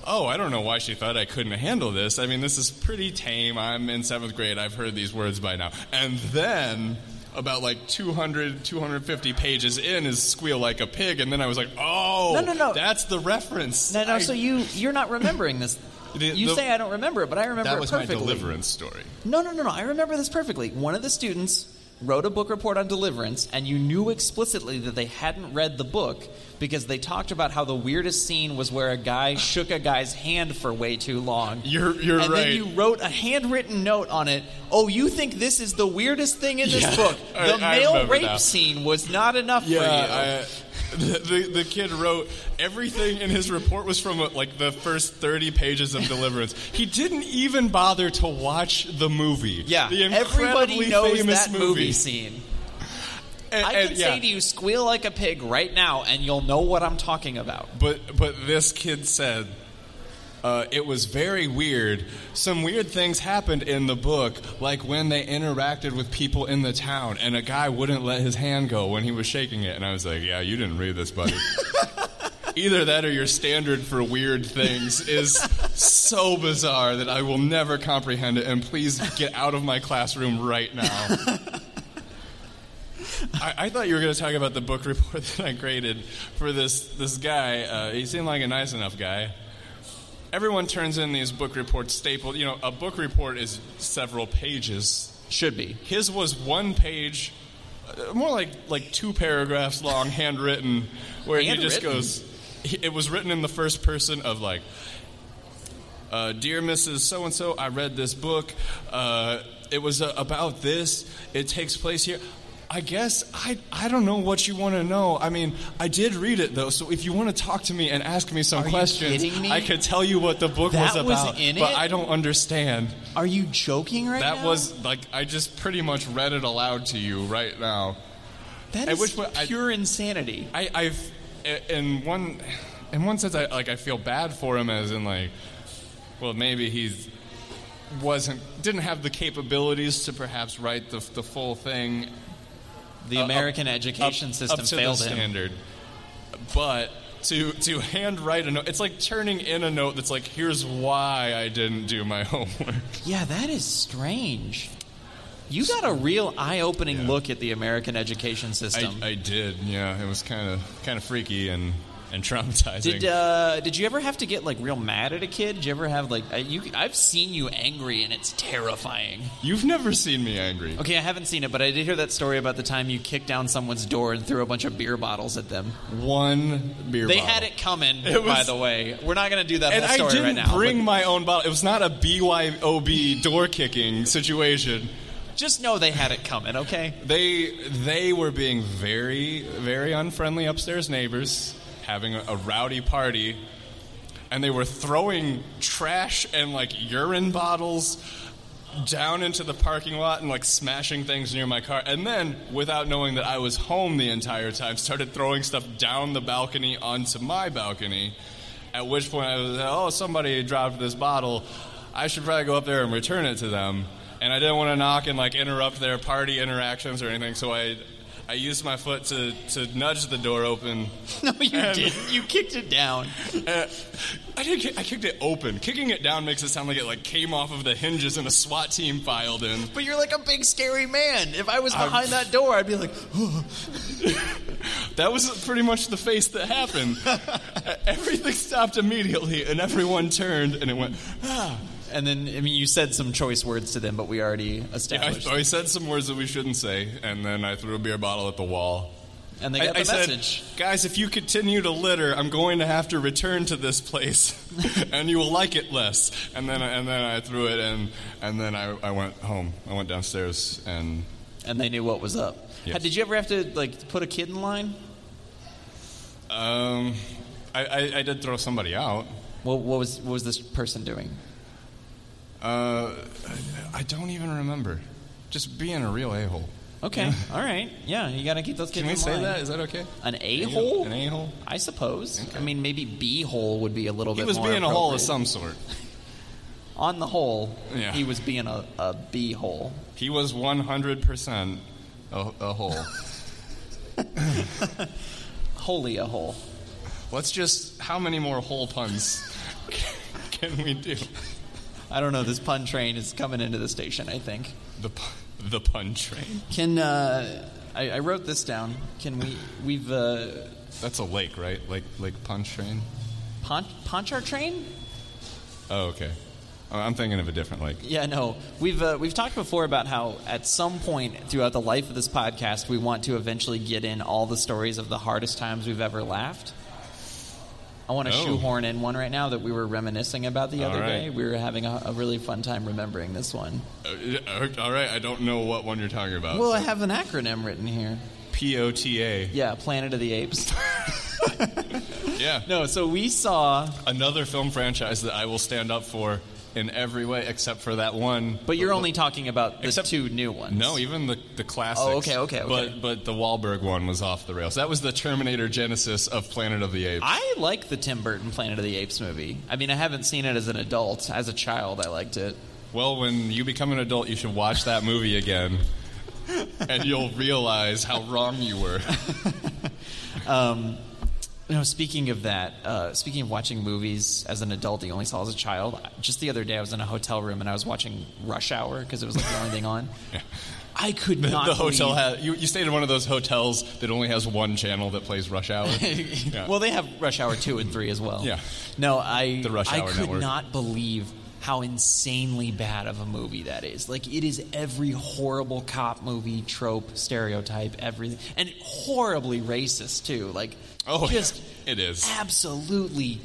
oh, I don't know why she thought I couldn't handle this. I mean, this is pretty tame. I'm in seventh grade. I've heard these words by now. And then. About like 200, 250 pages in is squeal like a pig, and then I was like, oh,
No, no, no.
that's the reference.
No, no.
I-
so you you're not remembering this.
The-
you
the-
say I don't remember it, but I remember
that
it
was my
perfectly.
deliverance story.
No, no, no, no. I remember this perfectly. One of the students wrote a book report on Deliverance, and you knew explicitly that they hadn't read the book because they talked about how the weirdest scene was where a guy shook a guy's hand for way too long.
You're- you're
and
right.
then you wrote a handwritten note on it. Oh, you think this is the weirdest thing in this book?
I-
The
I
male
remember
rape
now.
scene was not enough for you.
Yeah, I, the, the the kid wrote everything in his report was from like the first thirty pages of Deliverance. he didn't even bother to watch the movie.
yeah.
the incredibly
everybody knows
famous
that movie scene.
And-
I can
and,
say
yeah.
to you, squeal like a pig right now, and you'll know what I'm talking about.
But but this kid said uh, it was very weird. Some weird things happened in the book, like when they interacted with people in the town, and a guy wouldn't let his hand go when he was shaking it. And I was like, "Yeah, you didn't read this, buddy." Either that or your standard for weird things is so bizarre that I will never comprehend it. And please get out of my classroom right now. I, I thought you were going to talk about the book report that I graded for this this guy. Uh, he seemed like a nice enough guy. Everyone turns in these book reports stapled. You know, a book report is several pages.
Should be.
His was one page, uh, more like like two paragraphs long, handwritten, where he just
Handwritten?
goes. he- It was written in the first person of like, uh, dear Mrs. So and So, I read this book. Uh, it was uh, about this. It takes place here. I guess I I don't know what you want to know. I mean, I did read it though, so if you want to talk to me and ask me some
you
questions,
kidding me?
I could tell you what the book
That
was
was
about.
in
but
it?
I don't understand.
Are you joking right
That
now?
was like I just pretty much read it aloud to you right now.
that
I
is
wish what I-
pure insanity.
I, I've in one in one sense I like I feel bad for him as in like well maybe he's wasn't didn't have the capabilities to perhaps write the the full thing
The
uh,
American
up-
education
up-
system
up to
failed
the
him.
standard. But to to handwrite a note, it's like turning in a note that's like, here's why I didn't do my homework.
Yeah, that is strange. You got a real eye-opening
Yeah.
look at the American education
I,
system.
I did, yeah. It was kind of kind of freaky and and traumatizing.
did uh, did you ever have to get like real mad at a kid? Did you ever have like uh, you? I've seen you angry and it's terrifying.
You've never seen me angry.
Okay, I haven't seen it, but I did hear that story about the time you kicked down someone's door and threw a bunch of beer bottles at them.
One beer.
They
bottle.
had it coming,
It
by
was-
the way. We're not going to do that
And
whole
I
story
didn't
right now.
bring my own bottle. It was not a BYOB door kicking situation.
but just know they had it coming, okay?
They they were being very very unfriendly upstairs neighbors, having a, a rowdy party, and they were throwing trash and like urine bottles down into the parking lot and like smashing things near my car. And then, without knowing that I was home the entire time, started throwing stuff down the balcony onto my balcony. At which point I was like, "Oh, somebody dropped this bottle. I should probably go up there and return it to them." And I didn't want to knock and like interrupt their party interactions or anything, so I I used my foot to to nudge the door open.
No, you
And-
didn't. You kicked it down.
Uh, I did. ki- I kicked it open. Kicking it down makes it sound like it like came off of the hinges and a SWAT team filed in.
But you're like a big, scary man. If I was
I'm-
behind that door, I'd be like,
That was pretty much the face that happened. Uh, Everything stopped immediately, and everyone turned, and it went. Ah.
and then, I mean, you said some choice words to them, but we already
I,
established.
I said some words that we shouldn't say, and then I threw a beer bottle at the wall.
and they got
I,
the
I
message.
said, "Guys, if you continue to litter, I'm going to have to return to this place, and you will like it less." And then, and then I threw it, and and then I, I went home. I went downstairs, and
and they knew what was up.
Yes.
Had- Did you ever have to, like, put a kid in line?
um, I, I, I did throw somebody out.
What, what, was, what was this person doing?
Uh, I- I don't even remember. Just being a real a hole.
Okay, all right. Yeah, you got to keep those kids
Can we
in
say
line.
that? Is that okay?
An a hole?
An a hole?
I suppose.
Okay.
I mean, maybe B hole would be a little
He
bit.
was
more
being a hole of
appropriate.
some sort.
On the whole,
Yeah.
he was being a, a B hole.
He was 100% a, a hole.
Holy a hole.
Let's just. How many more hole puns can we do?
I don't know. This pun train is coming into the station. I think.
The, pu- the pun train.
Can uh, I, I wrote this down? Can we? We've uh,
That's a lake, right? Lake, lake punch train?
pon- ponchar train.
Oh, okay. Oh, I'm thinking of a different lake.
Yeah, no. We've uh, we've talked before about how at some point throughout the life of this podcast, we want to eventually get in all the stories of the hardest times we've ever laughed. I want to
Oh.
shoehorn in one right now that we were reminiscing about the
All
other
right.
day. We were having a, a really fun time remembering this one.
Uh, uh, all right, I don't know what one you're talking about.
Well, I have an acronym written here.
POTA.
Yeah, Planet of the Apes.
Yeah.
no, so we saw
Another film franchise that I will stand up for in every way except for that one.
But you're only talking about the
Except-
two new ones.
No, even the the classics.
Oh, okay, okay, okay.
But but the Wahlberg one was off the rails. That was the Terminator Genesis of Planet of the Apes.
I like the Tim Burton Planet of the Apes movie. I mean, I haven't seen it as an adult. As a child, I liked it.
well, when you become an adult, you should watch that movie again, and you'll realize how wrong you were.
You know, speaking of that, uh, speaking of watching movies as an adult that you only saw as a child, just the other day I was in a hotel room and I was watching Rush Hour because it was like the only thing on. I could
The,
not.
the hotel
believe-
had you, you stayed in one of those hotels that only has one channel that plays Rush Hour. Yeah.
Well, they have Rush Hour two and three as well.
Yeah.
No, I
The Rush
I
Hour
could
network.
not believe how insanely bad of a movie that is. Like it is every horrible cop movie trope, stereotype, everything, and horribly racist too. Like
oh,
just
it is.
absolutely.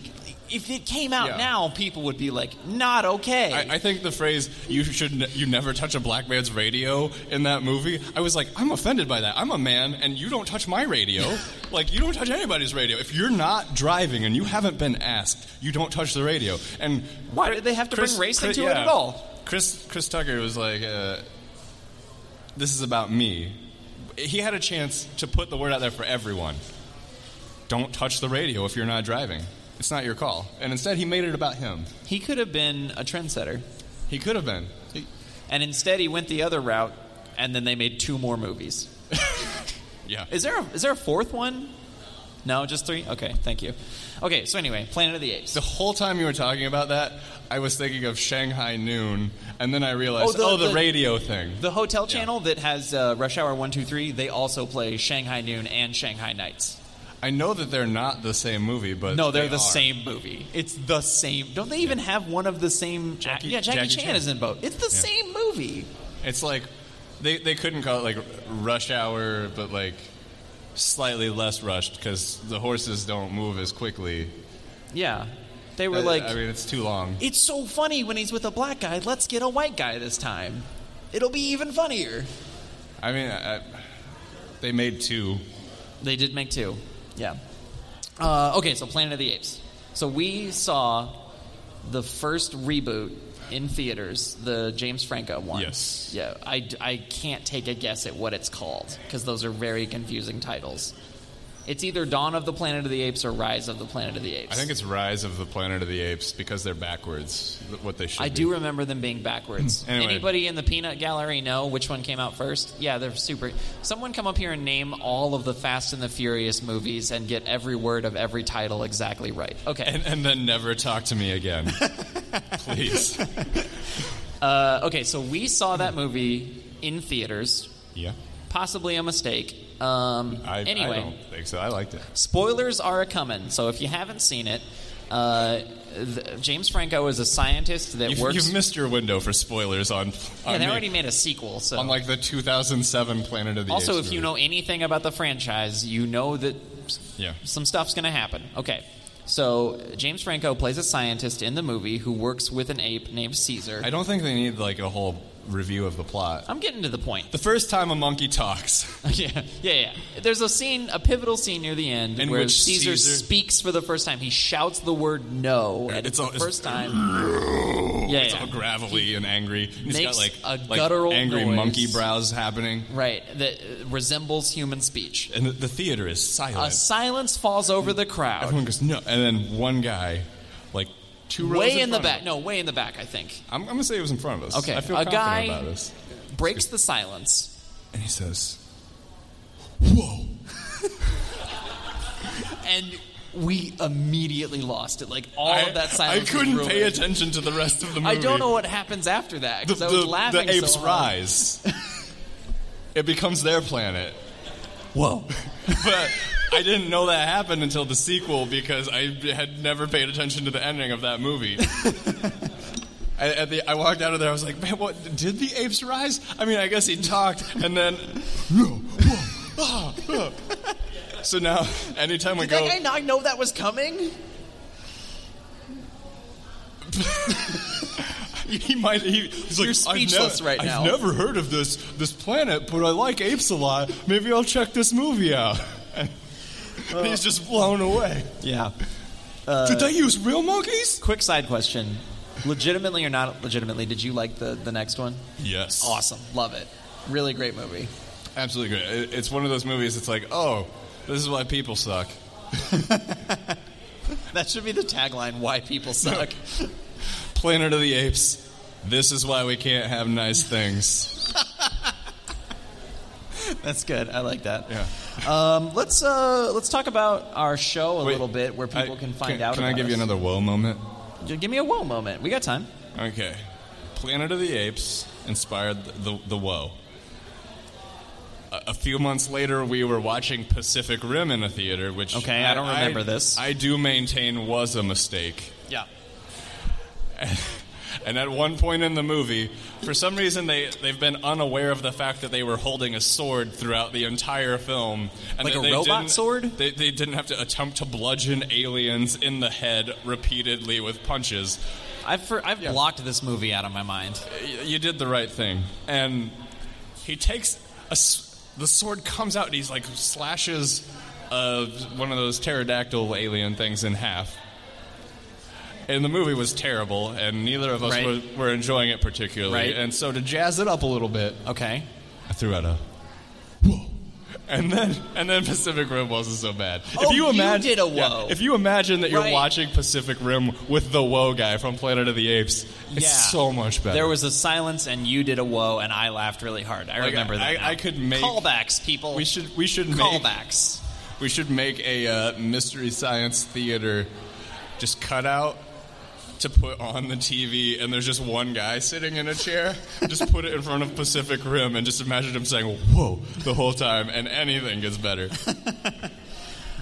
If it came out
Yeah.
now, people would be like, "Not okay."
I, I think the phrase "you should n- you never touch a black man's radio" in that movie, I was like, I'm offended by that. I'm a man, and you don't touch my radio. like you don't touch anybody's radio. If you're not driving and you haven't been asked, you don't touch the radio. And
Why did they have to bring race into it
yeah.
at all?
Chris Chris Tucker was like, uh, "This is about me." He had a chance to put the word out there for everyone. Don't touch the radio if you're not driving. It's not your call. And instead, he made it about him.
He could have been a trendsetter,
He could have been. He-
and instead he went the other route, and then they made two more movies.
yeah.
Is there a, is there a fourth one? No, just three. Okay, thank you. Okay, so anyway, Planet of the Apes.
The whole time you were talking about that, I was thinking of Shanghai Noon, and then I realized,
Oh,
oh,
the-
the,
the-
radio thing.
The hotel channel that has uh, Rush Hour one, two, three. They also play Shanghai Noon and Shanghai Nights.
I know that they're not the same movie, but
No, they're
they
the
are.
same movie. It's the same. Don't they even have one of the same?
Jackie-
yeah, Jackie,
Jackie
Chan,
Chan.
is in both. It's the
Yeah.
same movie.
It's like they they couldn't call it like Rush Hour, but like slightly less rushed because the horses don't move as quickly.
Yeah, they were
Uh,
like,
I mean, it's too long.
it's so funny when he's with a black guy. Let's get a white guy this time. It'll be even funnier.
I mean, I, I- they made two.
They did make two. Yeah. Uh, okay, so Planet of the Apes. So we saw the first reboot in theaters, the James Franco one.
Yes.
Yeah, I, I can't take a guess at what it's called because those are very confusing titles. It's either Dawn of the Planet of the Apes or Rise of the Planet of the Apes.
I think it's Rise of the Planet of the Apes because they're backwards. th- What they should.
I
be.
do remember them being backwards.
Anyway.
Anybody in the peanut gallery know which one came out first? Yeah, they're super. Someone come up here and name all of the Fast and the Furious movies and get every word of every title exactly right. Okay.
And, and then never talk to me again, please.
uh, okay, so we saw that movie in theaters.
Yeah.
Possibly a mistake. Um,
I,
anyway.
I don't think so. I liked it.
spoilers are a coming. So if you haven't seen it, uh, th- James Franco is a scientist that
You've,
works.
you've missed your window for spoilers on.
yeah,
on
they
the-
already made a sequel. So
on like the 2007 Planet of the
also,
Apes
if you
movie.
know anything about the franchise, you know that s-
Yeah.
some stuff's going to happen. Okay. So James Franco plays a scientist in the movie who works with an ape named Caesar.
I don't think they need like a whole review of the plot.
I'm getting to the point.
The first time a monkey talks,
yeah, yeah, yeah. There's a scene, a pivotal scene near the end
In
where
which
Caesar,
Caesar-
speaks for the first time. He shouts the word "no," and it's,
It's all-
the
it's-
first time. Yeah,
it's
yeah.
all gravelly and angry. He's got
makes
like
a
like
guttural
angry
noise.
monkey brows happening,
Right, that uh, resembles human speech.
and the, the theater is
A
silent.
silence falls over the crowd.
Everyone goes no, and then one guy, like two rows
Way in the
front
back.
of-
No, way in the back, I think.
I'm, I'm gonna say it was in front of us.
Okay,
I feel
a
confident
guy-
about this.
Breaks the silence.
And he says, "Whoa."
And we immediately lost it. Like, all
I,
of that silence.
I couldn't
was
pay
ruined.
attention to the rest of the
I
movie.
don't know what happens after that
the,
because I was
the-
laughing.
the apes
so hard.
rise. it becomes their planet. Whoa. but I didn't know that happened until the sequel because I had never paid attention to the ending of that movie. I, at the, I walked out of there. I was like, "Man, what did the apes rise?" I mean, I guess he talked, and then, ah, so now, anytime we
Did that
go,
guy not know that was coming?
He might. He, he's like,
You're speechless
I've
right
I've
now."
never heard of this this planet, but I like apes a lot. Maybe I'll check this movie out. And he's just blown away.
Yeah. Uh,
Did they use real monkeys?
Quick side question. legitimately or not legitimately, did you like the, the next one?
Yes.
Awesome. Love it. Really great movie.
Absolutely great. It- It's one of those movies that's like, oh, this is why people suck.
That should be the tagline why people suck.
Planet of the Apes. This is why we can't have nice things.
That's good. I like that.
Yeah.
Um, let's uh, let's talk about our show a
Wait,
little bit where people
I-
can find out.
Can I
about
give you
us.
another whoa moment?
G- Give me a whoa moment. We got time.
Okay. Planet of the Apes inspired the, the, the woe. A, a few months later, we were watching Pacific Rim in a theater, which.
Okay, I don't remember this.
I do maintain was a mistake.
Yeah.
And at one point in the movie, for some reason, they, they've been unaware of the fact that they were holding a sword throughout the entire film. And
Like
that
a
they
robot
didn't-
sword?
They, they didn't have to attempt to bludgeon aliens in the head repeatedly with punches.
I've for, I've blocked this movie out of my mind.
Y- You did the right thing. And he takes a. s- The sword comes out and he's like slashes uh, one of those pterodactyl alien things in half. And the movie was terrible, and neither of us
Right.
were, were enjoying it particularly.
Right.
And so to jazz it up a little bit,
Okay.
I threw out a whoa, and then and then Pacific Rim wasn't so bad.
Oh, you
imag-
did a whoa.
if you imagine that you're
Right.
watching Pacific Rim with the whoa guy from Planet of the Apes, it's
Yeah.
so much better.
There was a silence, and you did a whoa, and I laughed really hard. I
Like,
remember that.
I,
now.
I could make
callbacks, people.
We should we should make
callbacks.
we should make a uh, mystery science theater just cut out to put on the TV, and there's just one guy sitting in a chair. just put it in front of Pacific Rim, and just imagine him saying "whoa" the whole time, and anything gets better.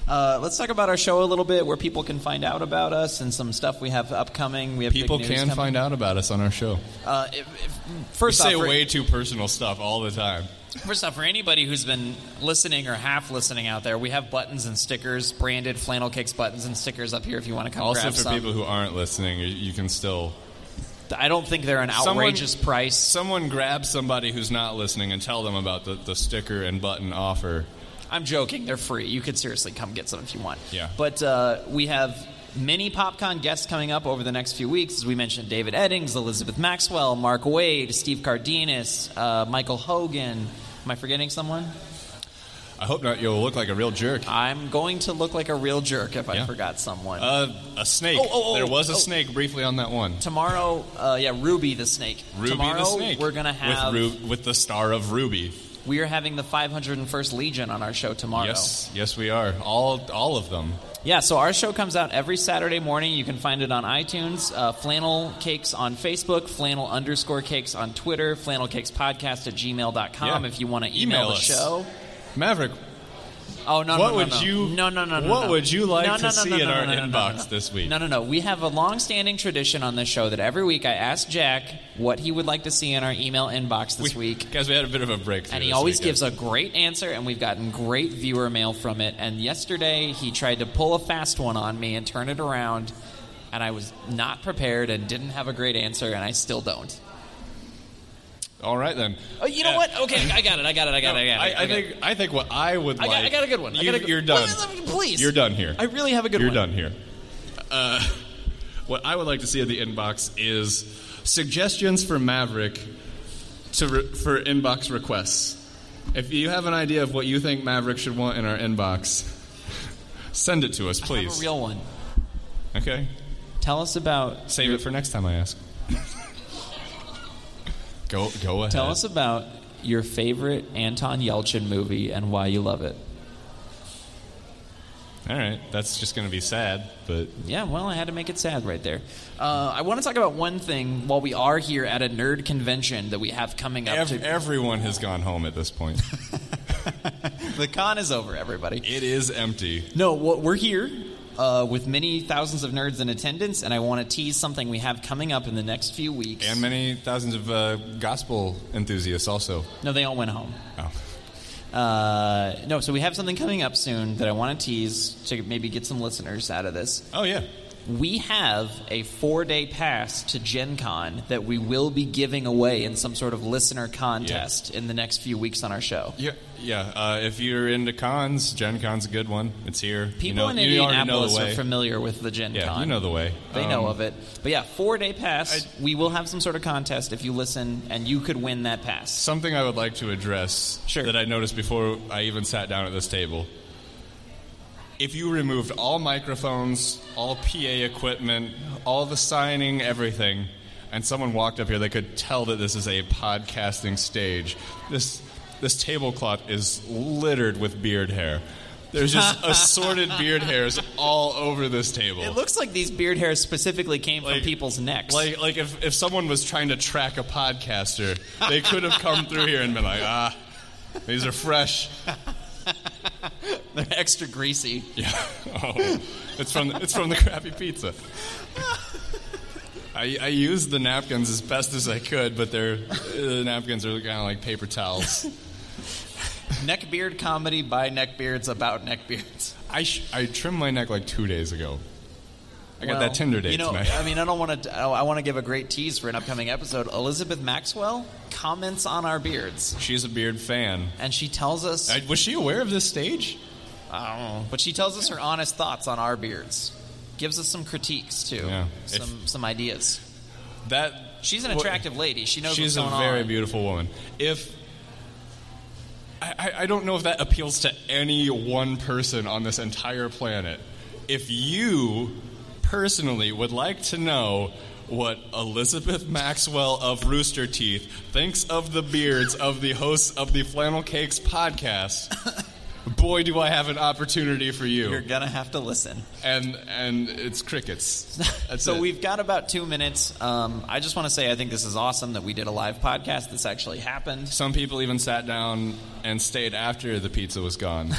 Uh, let's talk about our show a little bit, where people can find out about us and some stuff we have upcoming. We have big
People
news
can
coming.
find out about us on our show.
Uh, if, if,
We
first off,
say
for-
way too personal stuff all the time.
First off, for anybody who's been listening or half listening out there, we have buttons and stickers, branded flannel kicks buttons and stickers up here if you want to come
Also,
grab
for
some.
people who aren't listening, you- you can still.
I don't think they're an
Someone-
outrageous price.
Someone grab somebody who's not listening and tell them about the, the sticker and button offer.
I'm joking. They're free. You could seriously come get some if you want.
Yeah.
But uh, we have many PopCon guests coming up over the next few weeks. As we mentioned, David Eddings, Elizabeth Maxwell, Mark Wade, Steve Cardenas, uh, Michael Hogan. Am I forgetting someone?
I hope not. You'll look like a real jerk.
I'm going to look like a real jerk if I
Yeah.
forgot someone.
Uh, a snake.
Oh, oh, oh,
there was a
oh.
snake briefly on that one.
Tomorrow, uh, yeah, Ruby the Snake.
Ruby
Tomorrow,
the snake.
we're gonna have
with, Ru- with the star of Ruby.
we are having the 501st Legion on our show tomorrow.
Yes, yes, we are. All all of them.
Yeah, so our show comes out every Saturday morning. You can find it on iTunes, uh, Flannel Cakes on Facebook, Flannel underscore Cakes on Twitter, Flannel Cakes Podcast at gmail.com
Yeah.
if you want to
Email
email, the
us.
show.
Maverick,
Oh no! no,
What
no,
would
no.
you-
No, no, no, no.
what
no.
would you like
No,
to
no, no,
see
no,
in
no,
our
no, no, no,
inbox
no.
this week?
No, no, no. We have a long-standing tradition on this show that every week I ask Jack what he would like to see in our email inbox this
we,
week,
guys, we had a bit of a breakthrough.
and he
this
always
weekend.
gives a great answer, and we've gotten great viewer mail from it. And yesterday he tried to pull a fast one on me and turn it around, and I was not prepared and didn't have a great answer, and I still don't.
All right then.
Oh, you know
Yeah.
what? Okay, I got it. I got it. I got it. I got it.
I, I think I think what I would
I
like.
got, I got a good one. I
You,
got a good,
are done.
Well, Please,
You're done here.
I really have a good
You're
one.
done here. Uh, what I would like to see in the inbox is suggestions for Maverick to re- for inbox requests. If you have an idea of what you think Maverick should want in our inbox, send it to us,
I have
please.
a real one.
okay,
Tell us about.
save it for next time I ask. go go ahead.
Tell us about your favorite Anton Yelchin movie and why you love it.
All right, that's just going to be sad, but
Yeah, well, I had to make it sad right there. Uh, I want to talk about one thing while we are here at a nerd convention that we have coming up.
ev- everyone has gone home at this point.
to- the con is over, everybody.
it is empty.
No, what we're here uh, with many thousands of nerds in attendance, and I want to tease something we have coming up in the next few weeks.
And many thousands of uh, gospel enthusiasts also.
no, they all went home.
Oh.
Uh, no, so we have something coming up soon that I want to tease to maybe get some listeners out of this.
Oh, yeah.
We have a four day pass to Gen Con that we will be giving away in some sort of listener contest in the next few weeks on our show.
Yeah, yeah. Uh, if you're into cons, Gen Con's a good one. It's here. You
People
know-
in
you already know
Indianapolis
the
are
way.
familiar with the Gen
Yeah,
Con.
you know the way. Um,
They know of it. But yeah, four day pass. we will have some sort of contest if you listen, and you could win that pass.
Something I would like to address
Sure.
that I noticed before I even sat down at this table. If you removed all microphones, all PA equipment, all the signing, everything, and someone walked up here, they could tell that this is a podcasting stage. This this tablecloth is littered with beard hair. There's just assorted beard hairs all over this table.
It looks like these beard hairs specifically came
Like-
from people's necks.
Like, like if, if someone was trying to track a podcaster, they could have come through here and been like, ah, these are fresh.
They're extra greasy.
Yeah. Oh, it's from it's from the crappy pizza. I, I used the napkins as best as I could, but they're the napkins are kind of like paper towels.
Neckbeard comedy by neckbeards about neckbeards.
I sh- I trimmed my neck like two days ago. I got that Tinder date
You know,
tonight.
I mean, I don't want to. I want to give a great tease for an upcoming episode. Elizabeth Maxwell comments on our beards,
She's a beard fan.
and she tells us.
I, was she aware of this stage?
I don't know. But she tells us her honest thoughts on our beards. Gives us some critiques too.
Yeah.
Some some ideas.
That
She's an
What-
attractive lady. She knows
She's
what's going
a very
on.
beautiful woman. If I, I- I don't know if that appeals to any one person on this entire planet. If you personally would like to know what Elizabeth Maxwell of Rooster Teeth thinks of the beards of the hosts of the Flannel Cakes podcast, boy, do I have an opportunity for you.
You're gonna have to listen.
and and it's crickets. That's
so
it.
we've got about two minutes. Um, I just want to say I think this is awesome that we did a live podcast. This actually happened.
Some people even sat down and stayed after the pizza was gone.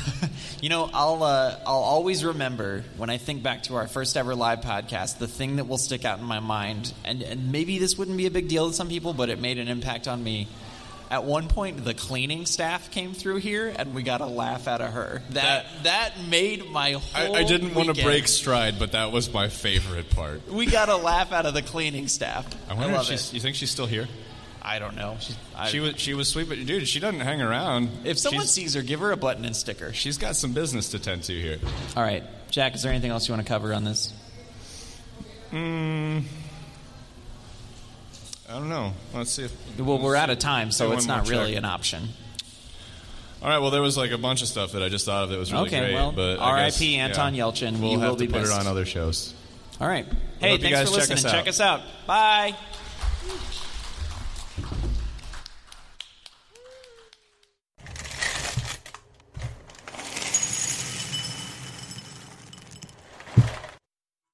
You know, I'll uh, I'll always remember when I think back to our first ever live podcast. The thing that will stick out in my mind, and and maybe this wouldn't be a big deal to some people, but it made an impact on me. At one point, the cleaning staff came through here, and we got a laugh out of her. That that, made my
I,
whole.
I didn't want to
weekend.
break stride, but that was my favorite part.
We got a laugh out of the cleaning staff.
I wonder
love
if she's,
it.
you think she's still here.
I don't know. She's, I,
she was she was sweet, but dude, she doesn't hang around.
if someone
she's,
sees her, give her a button and sticker.
she's got some business to tend to here.
All right, Jack. Is there anything else you want to cover on this?
Hmm. I don't know. Let's see. If,
Well, we're out of time, so
Do
it's
one
not
more
really
check.
an option.
All right. Well, there was like a bunch of stuff that I just thought of that was really
Okay,
great.
well,
but I
R.I.P.
guess,
Anton
yeah,
Yelchin.
We'll
You
have
will
to
be
put
missed.
it on other shows.
All right. Hey,
hope you
thanks
guys
for
check us
listening.
out.
Check us out. Bye.